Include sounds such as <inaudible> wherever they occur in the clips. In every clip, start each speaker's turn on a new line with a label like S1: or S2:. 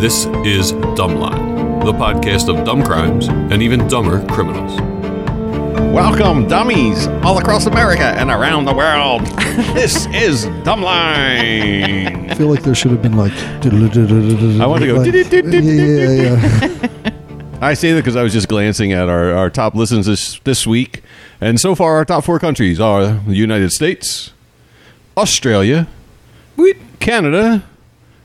S1: This is Dumbline, the podcast of dumb crimes and even dumber criminals.
S2: Welcome, dummies, all across America and around the world. <laughs> This is Dumbline.
S3: I feel like there should have been like. I
S2: I want to go.
S3: Yeah, yeah, yeah.
S2: I say that because I was just glancing at our, our top listens this, this week. And so far, our top four countries are the United States, Australia, we- Canada,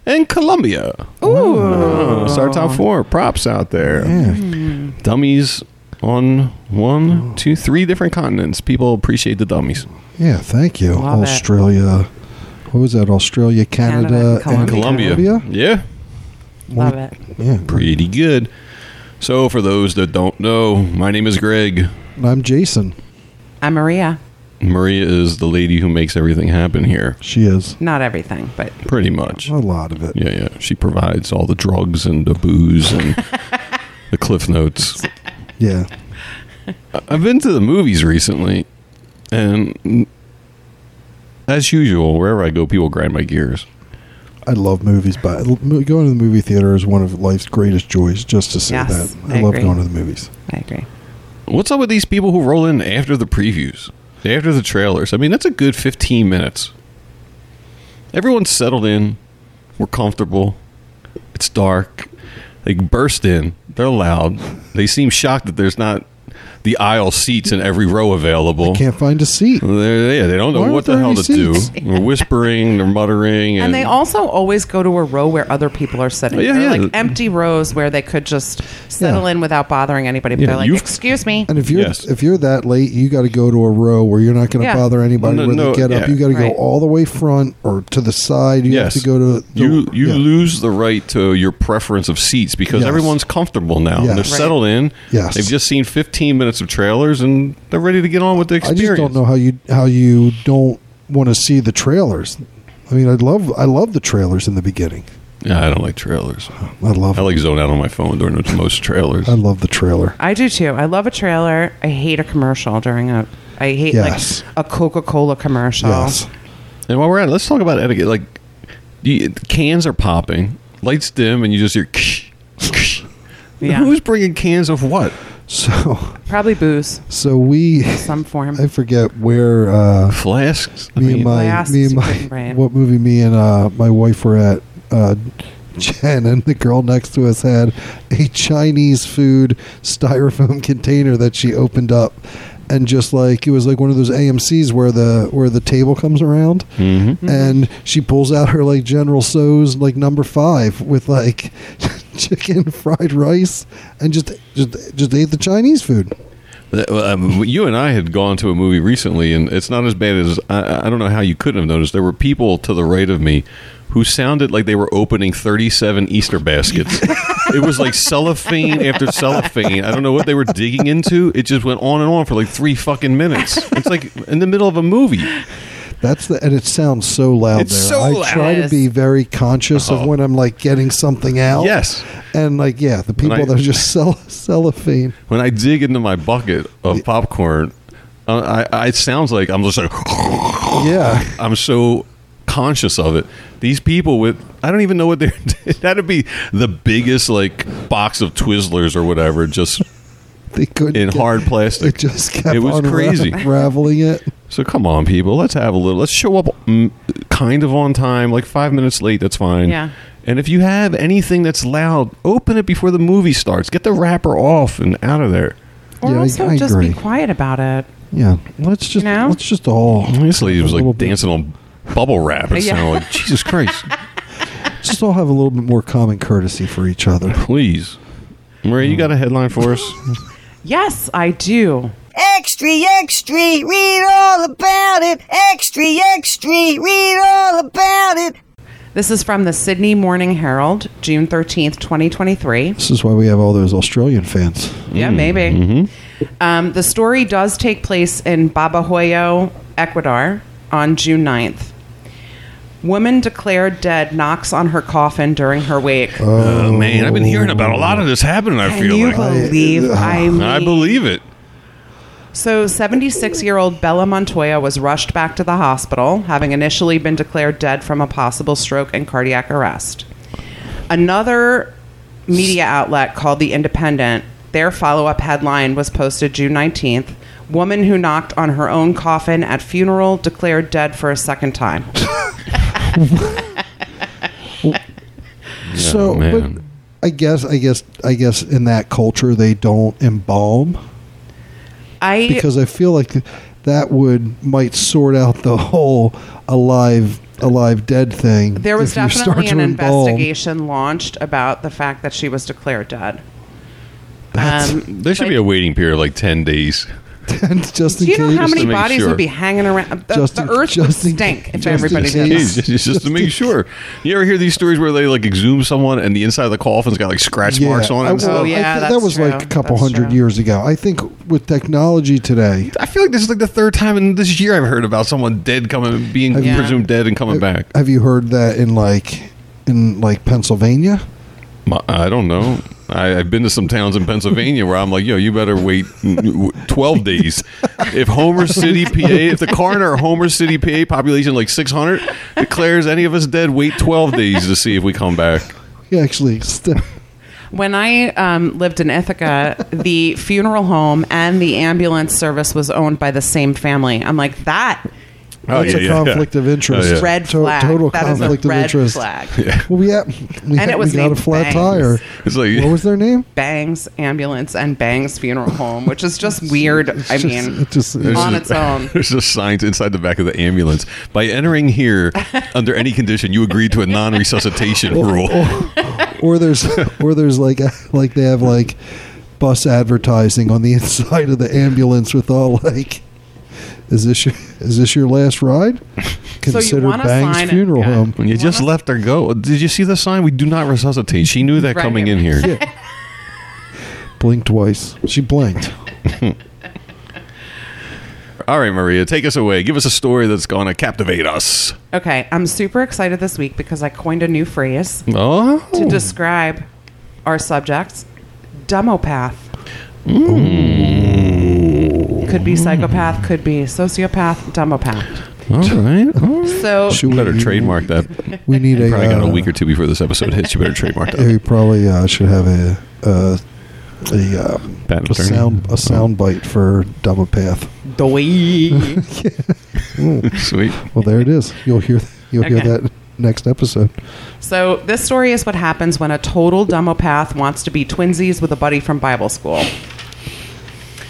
S2: and Colombia. Ooh. That's our top four props out there.
S3: yeah.
S2: Dummies on one, two, three different continents. People appreciate the dummies.
S3: Yeah, thank you.
S4: Love it.
S3: Australia. What was that? Australia, Canada,
S4: Canada,
S3: and
S2: Colombia.
S3: Colombia.
S2: Yeah.
S4: Love it.
S3: Yeah.
S2: pretty good. So, for those that don't know, my name is Greg.
S3: And I'm Jason.
S4: I'm Maria.
S2: Maria is the lady who makes everything happen here,
S3: She is.
S4: Not everything, but
S2: pretty much.
S3: A lot of it.
S2: Yeah, yeah. She provides all the drugs and the booze and the cliff notes.
S3: Yeah.
S2: I've been to the movies recently, and as usual, wherever I go, people grind my gears.
S3: I love movies, but mo- going to the movie theater is one of life's greatest joys, just to say
S4: Yes,
S3: that. I,
S4: I
S3: love
S4: agree.
S3: going to the movies.
S4: I agree.
S2: What's up with these people who roll in after the previews, after the trailers? I mean, that's a good 15 minutes. Everyone's settled in. We're comfortable. It's dark. They burst in. They're loud. They seem shocked that there's not the aisle seats in every row available.
S3: Can't find a seat.
S2: They're, yeah, they don't know
S3: Why
S2: what
S3: aren't
S2: the
S3: there
S2: hell to
S3: any seats?
S2: do. They're whispering. They're muttering. And,
S4: And they also always go to a row where other people are sitting.
S2: Oh, Yeah,
S4: They're
S2: yeah.
S4: like empty rows where they could just settle
S3: Yeah.
S4: in without bothering anybody. But
S2: Yeah,
S4: they're like,
S2: you've-
S4: excuse me.
S3: And if you're
S2: Yes.
S3: if you're that late, you got to go to a row where you're not going to
S4: Yeah.
S3: bother anybody
S2: No,
S3: when
S2: no,
S3: they get
S2: yeah.
S3: up. You got to
S4: Right.
S3: go all the way front or to the side. You
S2: Yes.
S3: have to go to the,
S2: you you
S3: yeah.
S2: lose the right to your preference of seats because
S3: Yes.
S2: everyone's comfortable now.
S3: Yes.
S2: They're
S3: Right.
S2: settled in.
S3: Yes.
S2: They've just seen 15 minutes of trailers and they're ready to get on with the
S3: I
S2: experience.
S3: just don't know how you how you don't want to see the trailers. I mean, I love I love the trailers in the beginning.
S2: Yeah, I don't like trailers.
S3: I love
S2: I like zone out on my phone during the most trailers.
S3: I love the trailer.
S4: I do too. I love a trailer. I hate a commercial during a. I hate
S3: Yes.
S4: like a Coca Cola commercial.
S3: Yes,
S2: And while we're at it, let's talk about etiquette. Like, you, cans are popping, lights dim, and you just hear. Ksh, ksh.
S4: Yeah.
S2: Who's bringing cans of what?
S3: so
S4: Probably booze,
S3: so we
S4: some form.
S3: I forget where uh,
S2: Flasks? I
S3: me and
S2: mean,
S3: my
S4: Last
S3: me and
S4: Stupid
S3: my
S4: Brain.
S3: what movie me and uh, my wife were at. Uh, Jen and the girl next to us had a Chinese food styrofoam <laughs> container that she opened up, and just like it was like one of those AMC's where the where the table comes around,
S2: Mhm.
S3: and she pulls out her like General So's like number five with like <laughs> chicken fried rice and just just just ate the Chinese food.
S2: That- well, um, You and I had gone to a movie recently, and it's not as bad as I, I don't know how you couldn't have noticed. There were people to the right of me who sounded like they were opening 37 Easter baskets. it was like cellophane after cellophane. I don't know what they were digging into. It just went on and on for like three fucking minutes. It's like in the middle of a movie.
S3: That's the and it sounds so loud
S2: It's
S3: there.
S2: so
S3: I
S2: loud.
S3: try to
S4: Yes.
S3: be very conscious
S2: Oh.
S3: of when I'm like getting something out.
S2: Yes.
S3: And like yeah, the people
S2: I-
S3: that are just sell
S2: <laughs>
S3: cellophane.
S2: When I dig into my bucket of popcorn, uh, I, I, it sounds like I'm just like. <laughs>
S3: Yeah.
S2: I'm so conscious of it. These people with I don't even know what they're <laughs> that'd be the biggest like box of Twizzlers or whatever, just
S3: They couldn't
S2: in
S3: get-
S2: hard
S3: <laughs>
S2: plastic.
S3: It just kept
S2: It was
S3: unra-
S2: crazy.
S3: unraveling it.
S2: So come on, people, let's have a little. Let's show up mm, kind of on time, like five minutes late. That's fine.
S4: Yeah.
S2: And if you have anything that's loud, open it before the movie starts. Get the wrapper off and out of there.
S4: or
S3: Yeah, I-
S4: also
S3: I
S4: just
S3: agree.
S4: be quiet about it.
S3: Yeah. Let's just
S4: You know?
S3: let's just all
S2: This lady was
S3: A little
S2: like
S3: bit.
S2: dancing on bubble wrap. It
S4: Yeah.
S2: sounded like Jesus Christ.
S3: just all have a little bit more common courtesy for each other.
S2: Please, Maria, you got a headline for us?
S4: Yes, I do.
S5: Extra, extra, read all about it. Extra, extra, read all about it.
S4: This is from the Sydney Morning Herald, June 13th, 2023.
S3: This is why we have all those Australian fans.
S4: Yeah, maybe. Um, the story does take place in Babahoyo, Ecuador, on June 9th. Woman declared dead knocks on her coffin during her wake.
S2: Oh man, I've been hearing about a lot of this happening. I
S4: Can
S2: feel
S4: you
S2: like
S4: believe? I, mean,
S2: I believe it.
S4: So, 76 year old Bella Montoya was rushed back to the hospital, having initially been declared dead from a possible stroke and cardiac arrest. Another media outlet called The Independent, their follow up headline was posted June 19th Woman who knocked on her own coffin at funeral declared dead for a second time.
S3: so
S2: man.
S3: but i guess i guess i guess in that culture they don't embalm
S4: I
S3: because i feel like that would might sort out the whole alive alive dead thing
S4: There was
S3: if you start
S4: definitely an
S3: to embalm.
S4: investigation launched about the fact that she was declared dead.
S2: That's-
S4: Um,
S2: there should
S4: like-
S2: be a waiting period of like 10 days.
S3: <laughs> And just
S4: Do
S3: in
S4: you know
S3: case
S4: how many
S2: to make
S4: bodies
S2: sure.
S4: would be hanging around? The,
S3: Just
S4: the
S3: in-
S4: earth would
S3: just in-
S4: stink if
S3: just in
S4: everybody did
S3: case.
S4: that.
S2: It's just, it's just to
S4: <laughs>
S2: make sure. You ever hear these stories where they like exhume someone and the inside of the coffin's got like scratch marks on it?
S3: I-
S2: and
S4: Oh,
S2: stuff?
S3: I
S4: yeah,
S3: thi- that
S4: that's
S3: was like a
S4: true.
S3: couple
S4: That's
S3: hundred
S4: true.
S3: years ago. I think with technology today,
S2: I feel like this is like the third time in this year I've heard about someone dead coming, being
S4: Yeah.
S2: presumed dead and coming back.
S3: have you heard that in like in like Pennsylvania?
S2: My, I don't know. I, I've been to some towns in Pennsylvania where I'm like, yo, you better wait mm, w- 12 days. If Homer City, PA, if the coroner of Homer City, PA population like 600 declares any of us dead, wait 12 days to see if we come back.
S3: We actually <laughs> st-
S4: When I um, lived in Ithaca, the funeral home and the ambulance service was owned by the same family. I'm like, that
S2: Oh,
S3: It's
S2: yeah,
S3: a
S2: yeah, yeah.
S3: conflict of interest.
S2: Oh, yeah.
S4: red
S3: To-
S4: flag.
S3: total
S4: That is
S3: conflict
S4: a
S3: of
S4: red
S3: interest.
S4: flag.
S3: Well, we, had, we, had-
S4: it
S3: we
S4: was
S3: got a
S4: named
S3: flat
S4: Bangs.
S3: tire.
S2: It's like,
S3: What was their name?
S4: Bangs ambulance and Bangs funeral home, which is just weird. I
S3: It's just-
S4: mean,
S3: it just- it's
S4: on
S2: just-
S4: its own.
S2: <laughs> There's just signs inside the back of the ambulance. By entering here, under any condition, you agree to a non-resuscitation rule.
S3: or
S2: <laughs>
S3: there's or there's like like they have like bus advertising on the inside of the ambulance with all like is this your, is this your
S2: <laughs>
S3: last ride? Consider
S4: wanna
S3: Bang's
S4: sign it,
S3: funeral
S4: yeah.
S3: home.
S2: When you just
S4: Wanna-
S2: left her go. Did you see the sign? We do not resuscitate. She knew that
S4: Right.
S2: coming in here.
S3: Blink twice.
S2: <laughs>
S3: She blinked.
S2: All right, Maria, take us away. Give us a story that's going to captivate us.
S4: Okay, I'm super excited this week because I coined a new phrase
S2: Oh,
S4: to describe our subjects demopath. Could be psychopath, could be sociopath, demopath.
S2: all right. All right.
S4: So,
S3: Should
S2: You better
S3: we-
S2: trademark that.
S3: We need a
S2: Probably got a
S3: uh,
S2: week or two before this episode hits. You better trademark
S3: yeah, <laughs>
S2: that.
S3: we probably uh, should have a uh, a, um,
S2: Patent
S3: a
S2: attorney.
S3: sound a sound bite for Dumbapath.
S4: Doi.
S2: <laughs> Sweet.
S3: Well, there it is. You'll hear you'll
S4: Okay.
S3: hear that next episode.
S4: <laughs> so this story is what happens when a total demopath wants to be twinsies with a buddy from Bible school.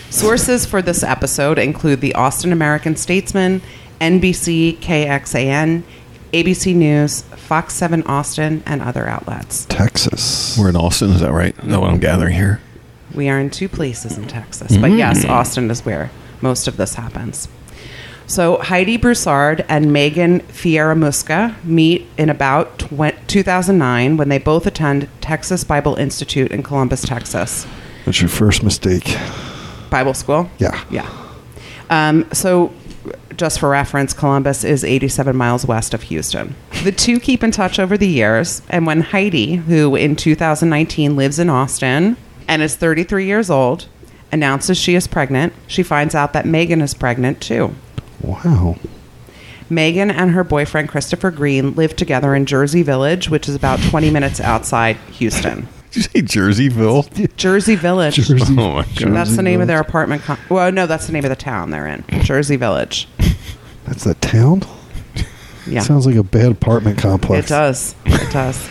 S4: Sources for this episode include the Austin American Statesman, NBC, KXAN, ABC News, Fox 7 Austin, and other outlets.
S3: Texas.
S2: We're in Austin, is that right? No, I'm gathering here.
S4: We are in two places in Texas, but yes, Austin is where most of this happens. So Heidi Broussard and Megan Fieramusca meet in about twen- 2009 when they both attend Texas Bible Institute in Columbus, Texas.
S3: That's your first mistake.
S4: Bible school?
S3: Yeah.
S4: Yeah. Um, so, just for reference, Columbus is 87 miles west of Houston. The two keep in touch over the years, and when Heidi, who in 2019 lives in Austin and is 33 years old, announces she is pregnant, she finds out that Megan is pregnant too.
S3: Wow.
S4: Megan and her boyfriend Christopher Green live together in Jersey Village, which is about 20 minutes outside
S3: <laughs>
S4: Houston.
S2: Did you say Jerseyville?
S4: Jersey Village.
S3: Jersey.
S2: Oh, my God.
S4: That's the name of their
S3: Village.
S4: apartment. Com- well, no, that's the name of the town they're in, Jersey Village.
S3: That's a town.
S4: Yeah,
S3: Sounds like a bad apartment complex.
S4: it does. It does.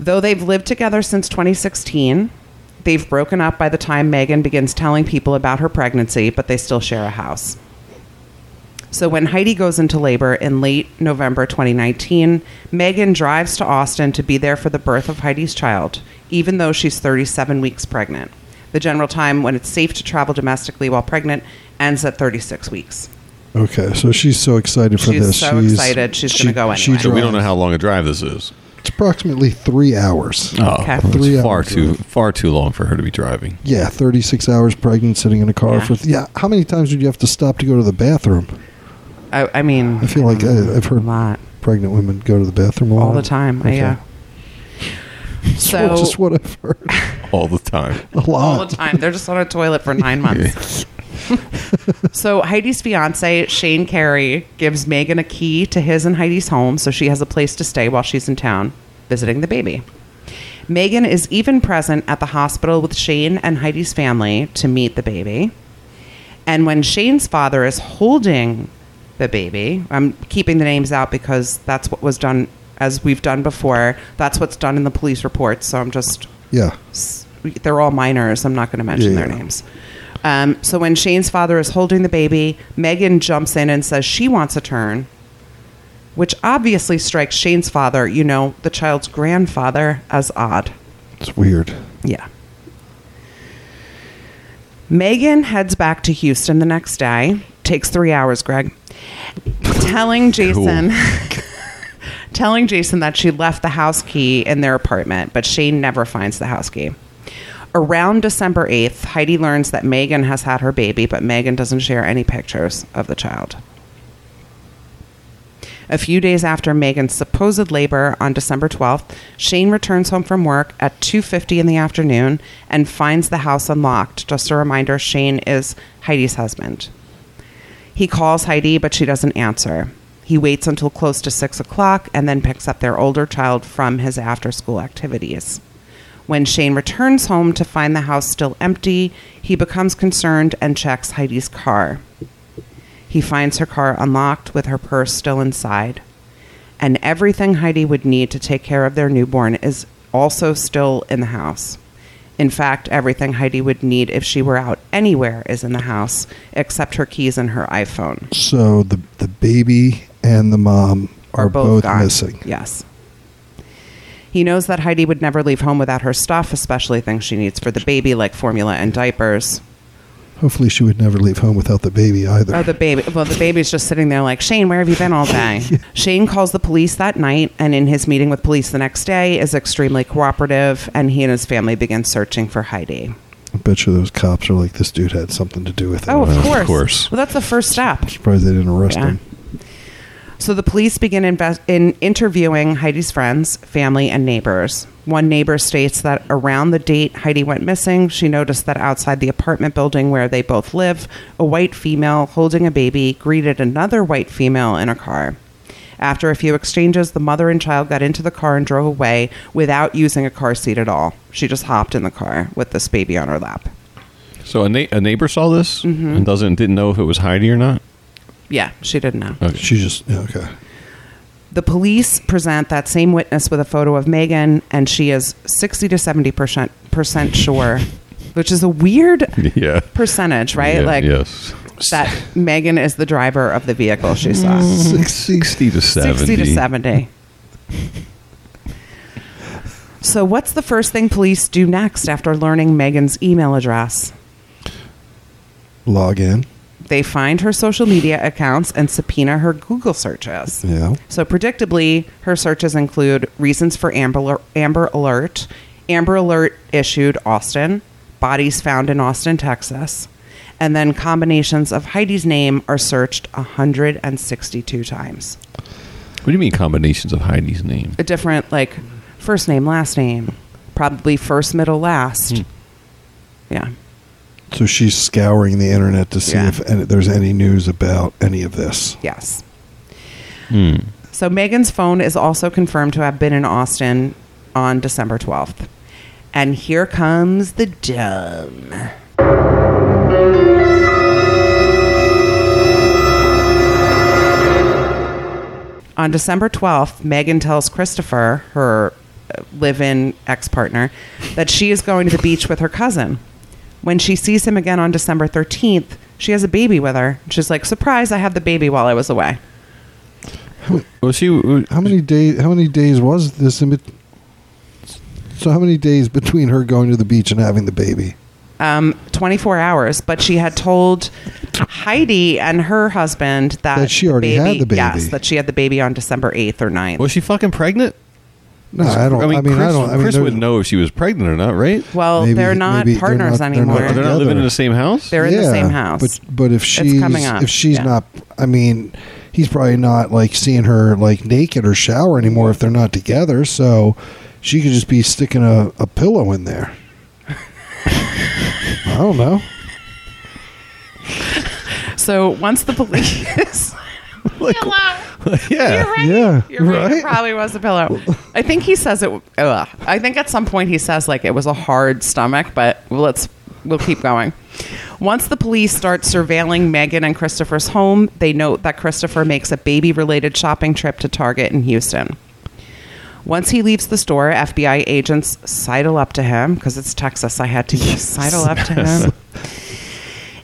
S4: Though they've lived together since 2016, they've broken up by the time Megan begins telling people about her pregnancy, but they still share a house. So when Heidi goes into labor in late November 2019, Megan drives to Austin to be there for the birth of Heidi's child, even though she's 37 weeks pregnant. The general time when it's safe to travel domestically while pregnant ends at 36 weeks.
S3: Okay, so she's so excited for
S4: She's
S3: this.
S4: so excited, she's gonna go
S3: she
S4: anyway.
S2: So we don't know
S3: drives-
S2: how long a drive this is.
S3: It's approximately three hours.
S2: Oh,
S4: Okay.
S2: it's
S3: Three hour
S2: far too
S3: drive.
S2: far too long for her to be driving.
S3: Yeah, thirty-six hours pregnant, sitting in a car
S4: Yeah.
S3: for. yeah, how many times would you have to stop to go to the bathroom?
S4: I, I mean,
S3: I feel like I, I've heard
S4: Um, a lot
S3: pregnant women go to the bathroom a lot.
S4: all the time. I,
S3: Okay. <laughs>
S4: yeah.
S3: Well,
S4: So
S3: just what I've heard
S2: all the time.
S4: <laughs>
S3: a lot. <laughs>
S4: all the time, they're just on a toilet for nine months. <laughs> So Heidi's fiance, Shane Carey, gives Megan a key to his and Heidi's home so she has a place to stay while she's in town visiting the baby. Megan is even present at the hospital with Shane and Heidi's family to meet the baby. And when Shane's father is holding the baby, I'm keeping the names out because that's what was done as we've done before. That's what's done in the police reports, so I'm just
S3: Yeah.
S4: s- they're all minors. I'm not going to mention
S3: Yeah.
S4: their names. Um, so when Shane's father is holding the baby, Megan jumps in and says she wants a turn, which obviously strikes Shane's father, you know, the child's grandfather, as odd.
S3: It's weird.
S4: Yeah. Megan heads back to Houston the next day. Takes three hours, Greg. Telling Jason <laughs> telling Jason that she left the house key in their apartment, but Shane never finds the house key. Around December 8th, Heidi learns that Megan has had her baby, but Megan doesn't share any pictures of the child. A few days after Megan's supposed labor on December 12th, Shane returns home from work at 2:50 in the afternoon and finds the house unlocked. Just a reminder, Shane is Heidi's husband. He calls Heidi, but she doesn't answer. He waits until close to six o'clock and then picks up their older child from his after school activities. When Shane returns home to find the house still empty, he becomes concerned and checks Heidi's car. He finds her car unlocked with her purse still inside. And everything Heidi would need to take care of their newborn is also still in the house. In fact, everything Heidi would need if she were out anywhere is in the house, except her keys and her iPhone
S3: So the the baby and the mom are, both, missing.
S4: Yes. He knows that Heidi would never leave home without her stuff, especially things she needs for the baby, like formula and diapers.
S3: Hopefully, she would never leave home without the baby either.
S4: Oh, the baby. Well, the baby's just sitting there like, Shane, where have you been
S2: <laughs>
S4: all day? Shane calls the police that night and in his meeting with police the next day is extremely cooperative and he and his family begin searching for Heidi.
S3: I bet you those cops are like, this dude had something to do with it.
S4: Oh, of
S2: Well, of
S4: course.
S2: course.
S4: Well, that's the first step.
S3: Surprised they didn't arrest
S4: Yeah.
S3: him.
S4: So the police begin invest- in interviewing Heidi's friends, family, and neighbors. One neighbor states that around the date Heidi went missing, she noticed that outside the apartment building where they both live, a white female holding a baby greeted another white female in a car. After a few exchanges, the mother and child got into the car and drove away without using a car seat at all. She just hopped in the car with this baby on her lap.
S2: So a, na- a neighbor saw this and doesn't didn't know if it was Heidi or not. Oh,
S4: Yeah, she didn't know.
S2: Okay.
S3: She just yeah, okay.
S4: The police present that same witness with a photo of Megan, and she is 60 to 70 percent percent sure, which is a weird
S2: <laughs> Yeah.
S4: percentage, right?
S2: Yeah,
S4: like
S2: yes.
S4: that
S2: <laughs>
S4: Megan is the driver of the vehicle she saw.
S2: 60 to 70.
S4: 60 to 70. So, what's the first thing police do next after learning Megan's email address?
S3: Log in.
S4: They find her social media accounts and subpoena her Google searches.
S3: Yeah.
S4: So predictably, her searches include reasons for Amber Amber Alert, Amber Alert issued Austin, bodies found in Austin, Texas, and then combinations of Heidi's name are searched 162 times.
S2: What do you mean combinations of Heidi's name?
S4: A different like first name, last name, probably first, middle, last. Yeah.
S3: So she's scouring the internet to see
S4: Yeah.
S3: if any, there's any news about any of this.
S4: Yes. So Megan's phone is also confirmed to have been in Austin on December 12th. And here comes the dumb. On December 12th, Megan tells Christopher, her uh, live in ex partner, that she is going to the beach with her cousin. When she sees him again on December 13th, she has a baby with her. She's like, surprise, I had the baby while I was away.
S2: Well, she
S3: How many days? How many days was this? In bet- so how many days between her going to the beach and having the baby?
S4: um, 24 hours, but she had told Heidi and her husband that,
S3: That she
S4: the
S3: already had the baby.
S4: Yes, that she had the baby on December 8th or 9th.
S2: was she fucking pregnant?
S3: No, I don't. I mean, I,
S2: Chris,
S3: don't. I mean,
S2: Chris
S3: there's-
S2: would know if she was pregnant or not, right?
S4: well,
S3: Maybe-
S4: they're not
S3: maybe they're not-
S4: partners
S3: they're not
S4: anymore.
S2: They're not
S3: together.
S2: living in the same house.
S4: They're in the same house.
S3: But but if she's
S4: coming up,
S3: if she's
S4: yeah.
S3: not, I mean, he's probably not like seeing her like naked or shower anymore if they're not together. So she could just be sticking a,
S2: <laughs>
S3: a pillow in there. I don't know.
S4: So once the police.
S2: Like, <laughs> yeah.
S4: You're right.
S3: Yeah,
S4: You're right. It
S3: right?
S4: probably was a pillow. I think he says it. Ugh. I think at some point he says like it was a hard stomach, but let's we'll keep going. Once the police start surveilling Megan and Christopher's home, they note that Christopher makes a baby-related shopping trip to Target in Houston. Once he leaves the store, FBI agents sidle up to him because it's Texas. I
S3: <laughs>
S4: had to use sidle up to him.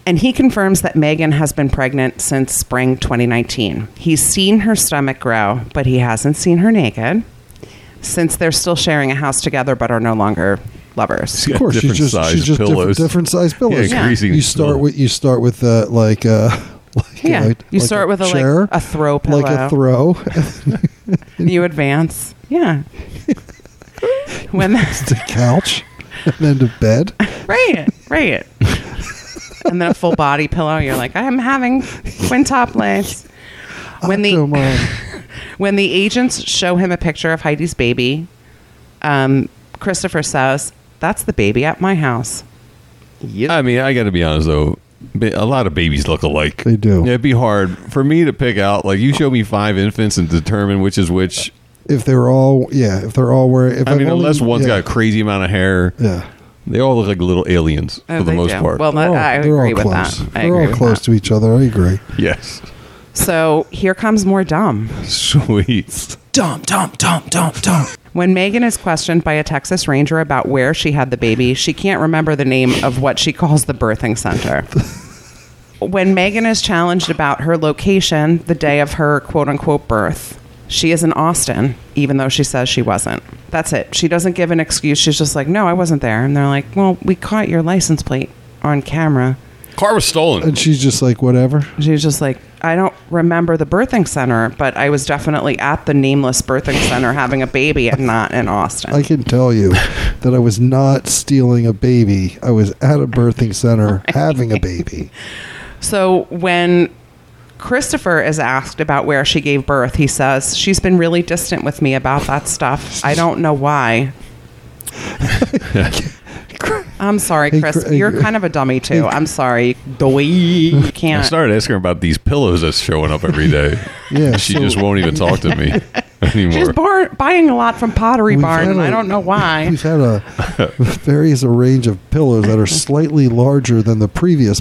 S4: And he confirms that Megan has been pregnant since spring 2019. He's seen her stomach grow, but he hasn't seen her naked since they're still sharing a house together but are no longer lovers.
S3: Of course, she's
S2: different
S3: just
S2: size
S3: she's just different,
S2: pillows.
S3: different size pillows.
S2: Yeah, greasy
S3: You start
S2: pillow.
S3: with you start with uh, like uh, <laughs> like
S4: Yeah.
S3: a,
S4: You
S3: like
S4: start with a, like,
S3: chair,
S4: a throw
S3: like a
S4: pillow.
S3: throw. <laughs>
S4: You advance. Yeah. when the,
S3: to couch and then to bed.
S4: right, right. and then a full body pillow, you're like, I'm having quintuplets. When the
S3: Come on.
S4: When the agents show him a picture of Heidi's baby, um, Christopher says, That's the baby at my house.
S2: I mean, I got to be honest though. ba- A lot of babies look alike.
S3: They do.
S2: Yeah, it'd be hard for me to pick out. Like, you show me five infants and determine which is which.
S3: if they're all yeah, if they're all wearing. If
S2: I
S3: I've
S2: mean,
S3: only-
S2: unless one's got
S3: yeah,
S2: a crazy amount of hair,
S3: yeah.
S2: they all look like little aliens
S4: Oh,
S2: for the
S4: they
S2: most
S4: do.
S2: part.
S4: Well, that,
S3: They're all-
S4: I
S3: they're all
S4: agree with
S3: close.
S4: that. I
S3: they're
S4: agree
S3: all
S4: with
S3: close
S4: that.
S3: to each other. I agree.
S2: yes, <laughs>
S4: So here comes more dumb.
S2: sweet.
S4: When Megan is questioned by a Texas Ranger about where she had the baby, she can't remember the name of what she calls the birthing center. When Megan is challenged about her location the day of her quote unquote birth, she is in Austin, even though she says she wasn't. That's it. She doesn't give an excuse. She's just like, no, I wasn't there. And they're like, well, we caught your license plate on camera.
S2: Car was stolen.
S3: <laughs> And she's just like whatever.
S4: She's just like, I don't remember the birthing center, but I was definitely at the nameless birthing center having a baby and not in Austin.
S3: I can
S2: <laughs>
S3: tell you that I was not stealing a baby. I was at a birthing
S4: <laughs>
S3: center having a baby.
S4: So when Christopher is asked about where she gave birth, he says, She's been really distant with me about that stuff. I don't know why. I'm sorry,
S3: Hey,
S4: Chris.
S3: Cr- hey,
S4: You're
S3: Cr-
S4: kind of a dummy, too. I'm sorry. Doi. You
S2: I
S4: can't.
S2: started asking her about these pillows that's showing up every day.
S3: <laughs> Yeah,
S2: she
S3: so-
S2: just won't even talk to
S3: <laughs>
S2: me
S4: She's
S2: anymore.
S4: bar- buying a lot from Pottery
S3: We've
S4: Barn,
S3: had
S4: and
S3: a-
S4: I don't know why.
S3: <laughs> We've had
S2: <laughs>
S3: a various a range of pillows that are slightly larger than the previous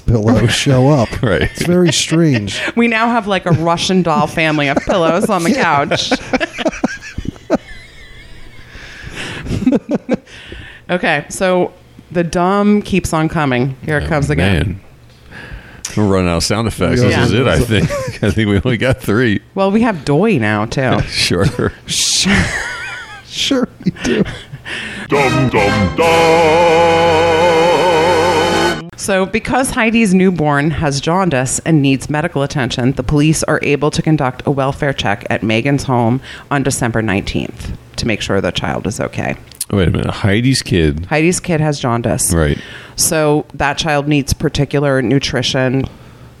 S2: <laughs>
S3: pillow show up.
S2: Right.
S3: It's very
S4: <laughs>
S3: strange.
S4: We now have like a Russian doll family of
S2: <laughs>
S4: pillows on the couch. <laughs> okay, so the dumb keeps on coming. Here it comes again.
S2: Oh, Man. We're running out of sound effects.
S3: Yeah.
S2: This is
S4: Yeah.
S2: it, I think. <laughs> I think we only got three.
S4: Well, we have Doy
S2: <laughs>
S4: now too.
S2: Sure.
S3: Sure, we do.
S4: so, because Heidi's newborn has jaundice and needs medical attention, the police are able to conduct a welfare check at Megan's home on December 19th to make sure the child is okay.
S2: Wait a minute. Heidi's kid.
S4: Heidi's kid has jaundice.
S2: Right.
S4: So, that child needs particular nutrition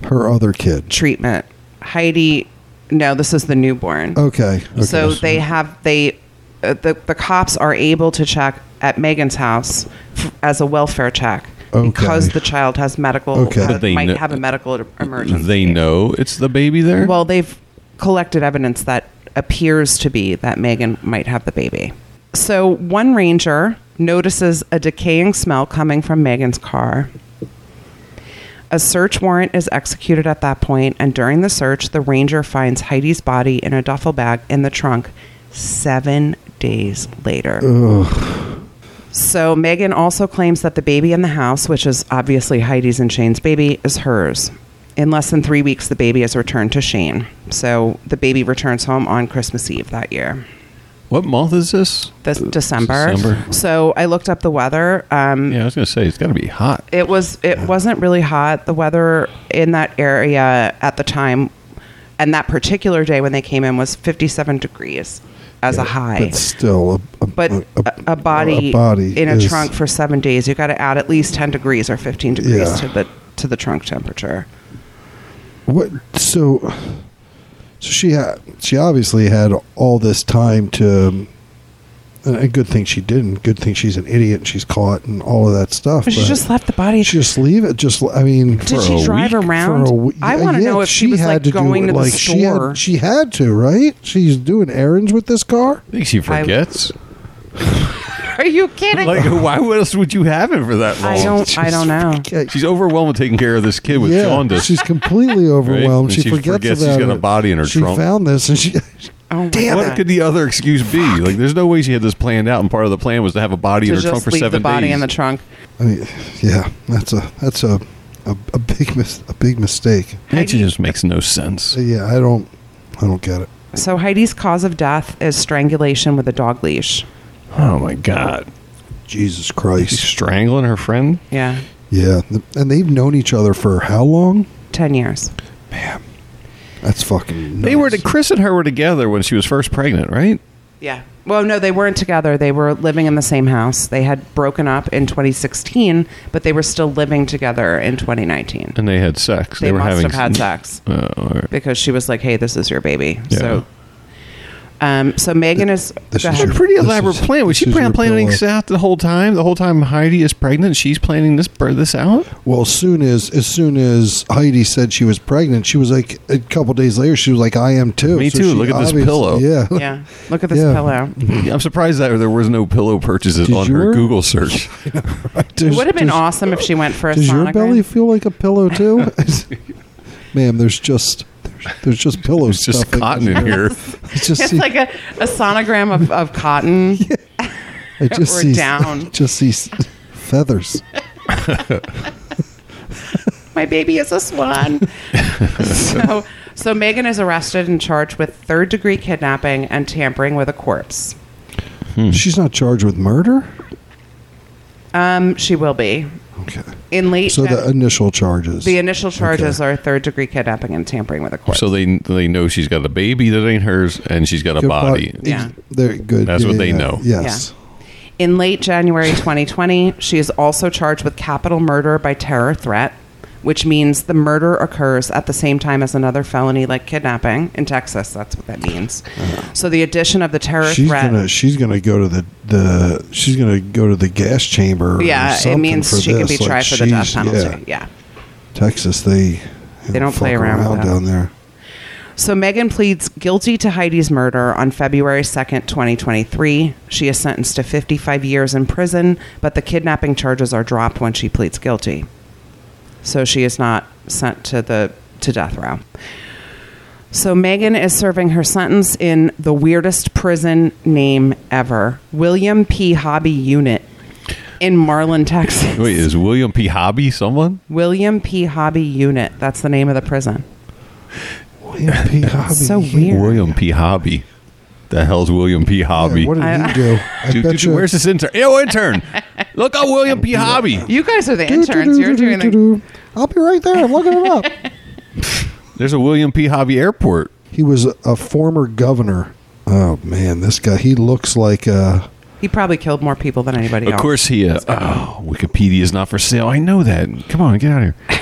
S3: Her other kid.
S4: treatment. Heidi, no, this is the newborn.
S3: Okay. okay.
S4: so they have they uh, the the cops are able to check at Megan's house f- as a welfare check
S3: Okay.
S4: because the child has medical
S3: Okay.
S4: has-
S2: But they
S4: might
S2: kn-
S4: have a medical e- emergency.
S2: They know it's the baby there?
S4: Well, they've collected evidence that appears to be that Megan might have the baby. So one ranger notices a decaying smell coming from Megan's car. A search warrant is executed at that point, and during the search, the ranger finds Heidi's body in a duffel bag in the trunk seven days later. So Megan also claims that the baby in the house, which is obviously Heidi's and Shane's baby, is hers. In less than three weeks, the baby is returned to Shane. So the baby returns home on Christmas Eve that year.
S2: what month is this? Uh,
S4: This December.
S2: December.
S4: So I looked up the weather. Um,
S2: Yeah, I was going to say, it's got to be hot.
S4: it was it wasn't really hot. The weather in that area at the time, and that particular day when they came in was 57 degrees as a high
S3: But still, a, a,
S4: but uh,
S3: a,
S4: a, a body,
S3: a body
S4: in a
S3: is-
S4: trunk for seven days, you got to add at least ten degrees or fifteen degrees
S3: Yeah.
S4: to the to the trunk temperature.
S3: What? So, so she ha- she obviously had all this time to And a good thing she didn't. Good thing she's an idiot and she's caught and all of that stuff.
S4: But she just left the body.
S3: Just leave it. Just I mean,
S4: Did
S2: for
S4: she
S2: a
S4: drive
S2: week,
S4: around?
S3: for a we-
S4: I want to
S3: yeah,
S4: know if she, was like
S3: had do
S4: going
S3: it,
S4: to the
S3: like, she had-
S4: store.
S3: She had, to, right? She's doing errands with this car.
S2: I think she forgets.
S4: <laughs> Are you kidding?
S2: like, <laughs> why else would you have it for that long?
S4: I don't. I don't know.
S3: Okay.
S2: She's overwhelmed with taking care of this kid with
S3: yeah,
S2: jaundice.
S3: she's
S2: <laughs>
S3: completely overwhelmed.
S2: And
S3: She,
S2: she
S3: forgets,
S2: forgets she's
S3: about
S2: got a
S3: it.
S2: body in her
S3: she
S2: trunk.
S3: found this and she. <laughs>
S4: Oh my
S3: Damn
S2: what
S4: God.
S2: could the other excuse be? Like, there's no way she had this planned out, and part of the plan was to have a body in
S4: To
S2: her trunk
S4: just
S2: for
S4: leave the
S2: seven
S4: body
S2: days.
S4: in the trunk.
S3: I mean, yeah, that's a that's a a, a big mis- a big mistake.
S2: That just makes no sense.
S3: So, yeah, I don't I don't get it.
S4: So Heidi's cause of death is strangulation with a dog leash.
S2: Oh my god,
S3: Jesus
S2: she's
S3: Christ.
S2: strangling her friend.
S4: Yeah,
S3: Yeah, th- and they've known each other for how long?
S4: ten years.
S3: That's fucking.
S2: They were.
S3: nuts.
S2: Chris and her were together when she was first pregnant, right?
S4: Yeah. Well, no, they weren't together. They were living in the same house. They had broken up in 2016, but they were still living together in 2019.
S2: And they had sex.
S4: they
S2: were
S4: must
S2: having
S4: have had sex
S2: Oh, all right.
S4: because she was like, "Hey, this is your baby."
S2: Yeah.
S4: So, um, so Megan is.
S3: This
S4: go
S3: is
S4: ahead.
S3: your-
S2: Pretty
S3: This
S2: elaborate
S3: is-
S2: plan. Was
S3: this
S2: she
S3: is
S2: plan-
S3: your
S2: planning
S3: pillow.
S2: this out the whole time? The whole time Heidi is pregnant, she's planning this this out.
S3: Well, soon as as soon as Heidi said she was pregnant, she was like a couple days later. She was like, "I am too."
S2: Me too.
S3: she
S2: Look at this
S3: obviously-
S2: pillow.
S3: Yeah. <laughs>
S4: yeah. Look at this
S3: Yeah.
S4: pillow.
S2: I'm surprised that there was no pillow purchases
S3: Did
S2: on
S3: you
S2: her
S3: were-
S2: Google search.
S4: It would have been
S3: Does-
S4: awesome if she went for a
S3: Does your
S4: sonogram.
S3: belly feel like a pillow too, <laughs> ma'am? There's just there's, there's just pillows.
S2: It's just cotton in here.
S3: <laughs>
S4: <laughs>
S3: It's just
S4: <laughs> it's
S3: see-
S4: like a, a sonogram of, of
S3: <laughs>
S4: cotton.
S3: I just
S4: Or
S3: see
S4: down.
S3: <laughs> just see s- feathers.
S4: My baby is
S3: <laughs>
S4: a swan. so, so Megan is arrested and charged with third degree kidnapping and tampering with a corpse.
S2: Hmm.
S3: She's not charged with murder.
S4: Um, she will be
S3: Okay.
S4: in late.
S3: So
S4: Jan-
S3: the initial charges.
S4: the initial charges are third degree kidnapping and tampering with a corpse.
S2: So they they know she's got a baby that ain't hers, and she's got a
S3: Good
S2: body.
S3: bo-
S4: Yeah.
S3: They're good.
S2: That's
S3: yeah,
S2: what they
S3: yeah,
S2: know.
S3: Yes.
S4: In late January 2020, she is also charged with capital murder by terror threat, which means the murder occurs at the same time as another felony like kidnapping in Texas. That's what that means. So the addition of the terror
S3: Uh-huh. She's
S4: threat.
S3: gonna she's gonna go to the, the she's gonna go to the gas chamber. or
S4: yeah, it
S3: something for
S4: means she could
S3: this.
S4: be
S3: Like,
S4: tried for the death
S3: she's-
S4: penalty.
S3: yeah.
S4: Yeah.
S3: Texas, they
S4: They don't play
S3: fuck
S4: around with that.
S3: down
S4: <laughs>
S3: there.
S4: So Megan pleads guilty to Heidi's murder on February 2nd, 2023. She is sentenced to 55 years in prison, but the kidnapping charges are dropped when she pleads guilty. So she is not sent to the to death row. So Megan is serving her sentence in the weirdest prison name ever, William P. Hobby Unit in Marlin, Texas.
S2: Wait, is William P. Hobby someone?
S4: William P. Hobby Unit. That's the name of the prison.
S3: William P. Hobby.
S4: so
S3: yeah.
S4: weird.
S2: William P. Hobby. The hell's William P. Hobby?
S3: Yeah, what did
S4: I-
S3: he
S4: <laughs>
S3: do? I
S2: Dude,
S3: bet
S2: dude,
S3: you.
S2: where's this intern? Yo, intern! Look up William P. Hobby.
S4: You guys are the interns. You're doing the
S3: Do-do-do-do-do-do. I'll be right there. I'm looking it
S4: <laughs>
S3: up.
S2: There's a William P. Hobby airport.
S3: He was a, a former governor. Oh man, this guy. He looks like uh
S4: He probably killed more people than anybody else.
S2: Of course, he. Uh, oh, Wikipedia is not for sale. I know that. Come on, get out of here.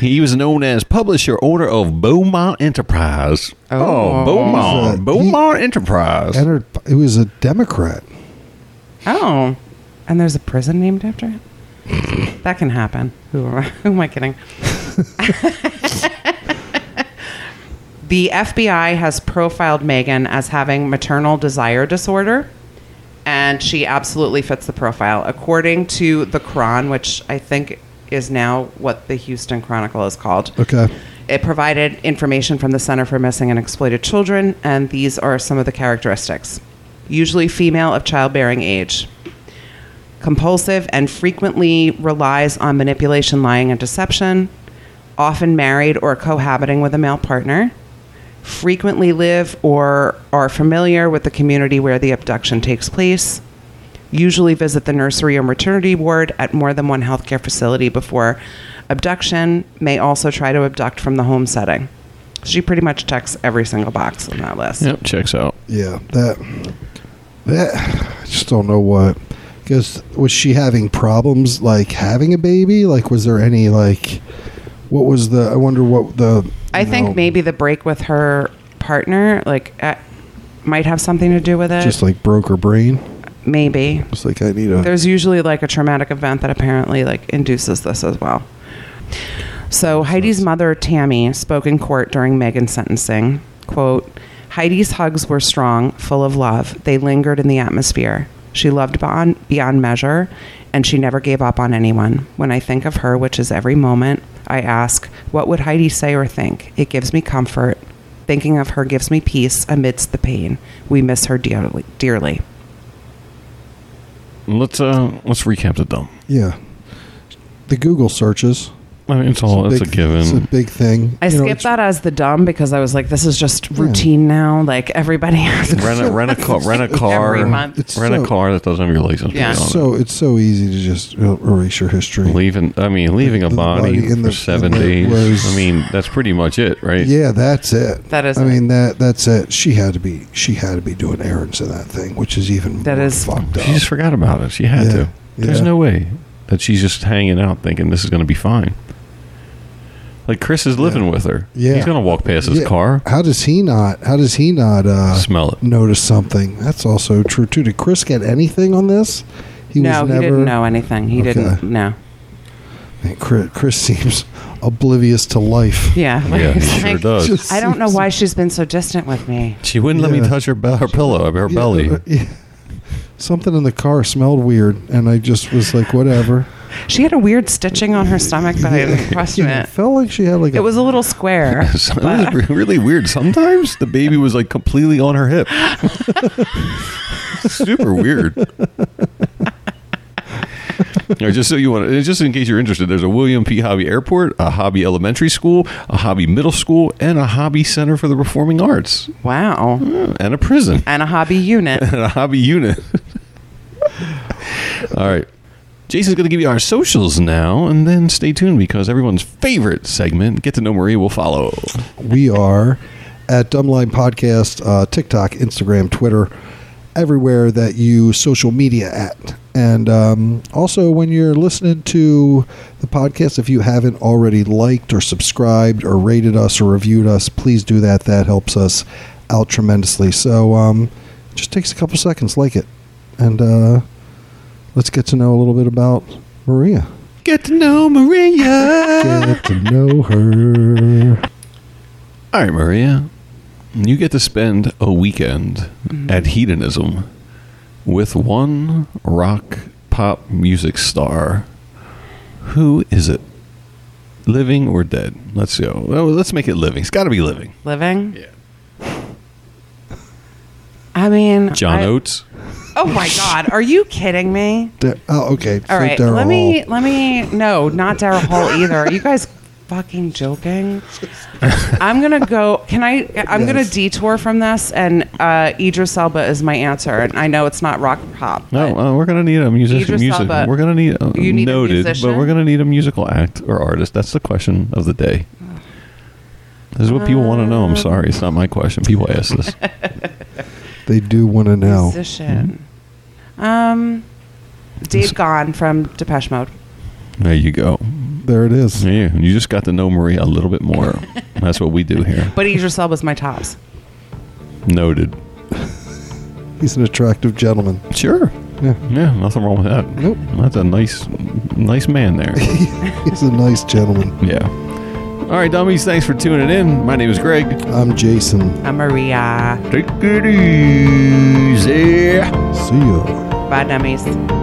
S2: he was known as publisher owner of Beaumont Enterprise. Oh,
S3: He's a-
S2: Beaumont,
S3: he-
S2: Beaumont Enterprise.
S3: entered. He was a Democrat.
S4: Oh, and there's a prison named after
S2: <laughs>
S4: it. that can happen. Who am I, who am I kidding? the FBI has profiled Megan as having maternal desire disorder, and she absolutely fits the profile, according to the Cron, which I think is now what the Houston Chronicle is called.
S3: Okay.
S4: It provided information from the Center for Missing and Exploited Children, and these are some of the characteristics. Usually female of childbearing age, compulsive and frequently relies on manipulation, lying, and deception, often married or cohabiting with a male partner, frequently live or are familiar with the community where the abduction takes place, usually visit the nursery or maternity ward at more than one healthcare facility before abduction, may also try to abduct from the home setting. She pretty much checks every single box on that list.
S2: yep, checks out.
S3: Yeah, that that I just don't know what. Because was she having problems like having a baby? Like, was there any like? What was the? I wonder what the.
S4: I
S3: you
S4: think
S3: know,
S4: maybe the break with her partner, like, uh, might have something to do with it.
S3: Just like broke her brain.
S4: Maybe.
S3: It's like I need a.
S4: There's usually like a traumatic event that apparently like induces this as well. So Heidi's mother, Tammy, spoke in court during Megan's sentencing. Quote, Heidi's hugs were strong, full of love. They lingered in the atmosphere. She loved beyond, beyond measure, and she never gave up on anyone. When I think of her, which is every moment, I ask, what would Heidi say or think? It gives me comfort. Thinking of her gives me peace amidst the pain. We miss her dearly. dearly.
S2: Let's uh let's recap the dump.
S3: yeah. The Google searches.
S2: I mean, it's all it's a,
S3: big- It's a
S2: given.
S3: big thing.
S4: I
S3: You know,
S4: skipped
S3: <laughs> it's-
S4: that as the dumb because I was like, this is just routine now. Like everybody <laughs> has.
S2: rent a
S3: <laughs>
S2: rent a car rent a car
S4: Every month.
S3: It's
S2: rent
S3: so-
S2: a car that doesn't have your license plate
S4: Yeah.
S2: on it.
S3: So it's so easy to just uh, erase your history.
S2: leaving I mean leaving a
S3: The
S2: body,
S3: body in
S2: for
S3: the-
S2: seven
S3: in the
S2: days.
S3: was-
S2: I mean that's pretty much it, right?
S3: Yeah, that's it.
S4: That is
S3: I
S4: it.
S3: mean that that's it. She had to be she had to be doing errands in that thing, which is even
S4: That
S3: more
S4: is-
S3: fucked up.
S2: She just forgot about it. She had
S3: Yeah.
S2: to. There's
S3: Yeah.
S2: no way that she's just hanging out thinking this is going to be fine. Like Chris is living with her.
S3: Yeah.
S2: he's going to walk past his
S3: Yeah.
S2: car.
S3: How does he not? How does he not uh, <laughs>
S2: Smell it.
S3: Notice something. That's also true too. Did Chris get anything on this? He
S4: no, he didn't know anything. He
S3: Okay.
S4: didn't know.
S3: Man, Chris, Chris seems <laughs> oblivious to life.
S4: Yeah.
S2: Yeah, he
S4: Like,
S2: sure does.
S3: Just
S4: I don't know
S3: seems-
S4: why she's been so distant with me.
S2: She wouldn't let
S3: Yeah.
S2: me touch her, be- her pillow, her
S3: Yeah,
S2: belly.
S3: uh, yeah. Something in the car smelled weird, and I just was like,
S4: <laughs>
S3: whatever.
S4: She had a weird stitching on her stomach, but I didn't question
S3: Yeah,
S4: it.
S3: it felt like she had like
S4: It was a little square.
S3: <laughs>
S2: So it was re- really weird. Sometimes the baby was like completely on her hip. <laughs> Super weird. Now, just so you want, to, just in case you're interested, there's a William P. Hobby Airport, a Hobby Elementary School, a Hobby Middle School, and a Hobby Center for the Performing Arts, uh,
S4: Wow.
S2: and a prison, <laughs>
S4: And a hobby unit.
S2: and a hobby unit. <laughs> All right, Jason's going to give you our socials now, and then stay tuned because everyone's favorite segment, "Get to Know Marie," will follow.
S3: we are at Dumbline Podcast, uh, TikTok, Instagram, Twitter, everywhere that you social media at. And um, also, when you're listening to the podcast, if you haven't already liked or subscribed or rated us or reviewed us, please do that. That helps us out tremendously. So, um, just takes a couple seconds, like it, and uh, let's get to know a little bit about Maria.
S2: Get to know Maria.
S3: Get to know her.
S2: All right, Maria. You get to spend a weekend at Hedonism with one rock pop music star. Who is it? Living or dead? Let's go. Well, let's make it living. It's got to be living.
S4: Living? Yeah. I mean,
S2: John
S4: I-
S2: Oates.
S4: Oh my God. Are you kidding me?
S3: Da- oh, okay.
S4: All
S3: Fake
S4: right,
S3: Daryl
S4: let
S3: Hall.
S4: me let me no, not Daryl Hall either. Are you guys fucking joking? I'm gonna go. Can I? I'm gonna
S3: Yes.
S4: detour from this, and uh, Idris Elba is my answer. And I know it's not rock pop.
S2: No, uh, we're gonna need a musician.
S4: Idris
S2: Music.
S4: Elba.
S2: We're gonna need, uh,
S4: You need a
S2: noted,
S4: musician?
S2: but we're gonna need a musical act or artist. That's the question of the day. This is what people want to know. I'm sorry, it's not my question. People ask
S4: <laughs>
S2: this.
S3: They do want to know.
S4: Musician. Um, Dave Gone from Depeche Mode.
S2: There you go.
S3: There it is.
S2: Yeah, you just got to know Marie a little bit
S4: <laughs>
S2: more. That's what we do here.
S4: But Idris Elba's my tops.
S2: Noted.
S3: He's an attractive gentleman.
S2: Sure.
S3: Yeah.
S2: Yeah, nothing wrong with that.
S3: Nope.
S2: That's a nice, nice man
S3: <laughs>
S2: there.
S3: He's a nice gentleman.
S2: yeah. All right, dummies. Thanks for tuning in. My name is Greg.
S3: I'm Jason.
S4: I'm Maria.
S2: Take it easy.
S3: See ya.
S4: Bye, dummies.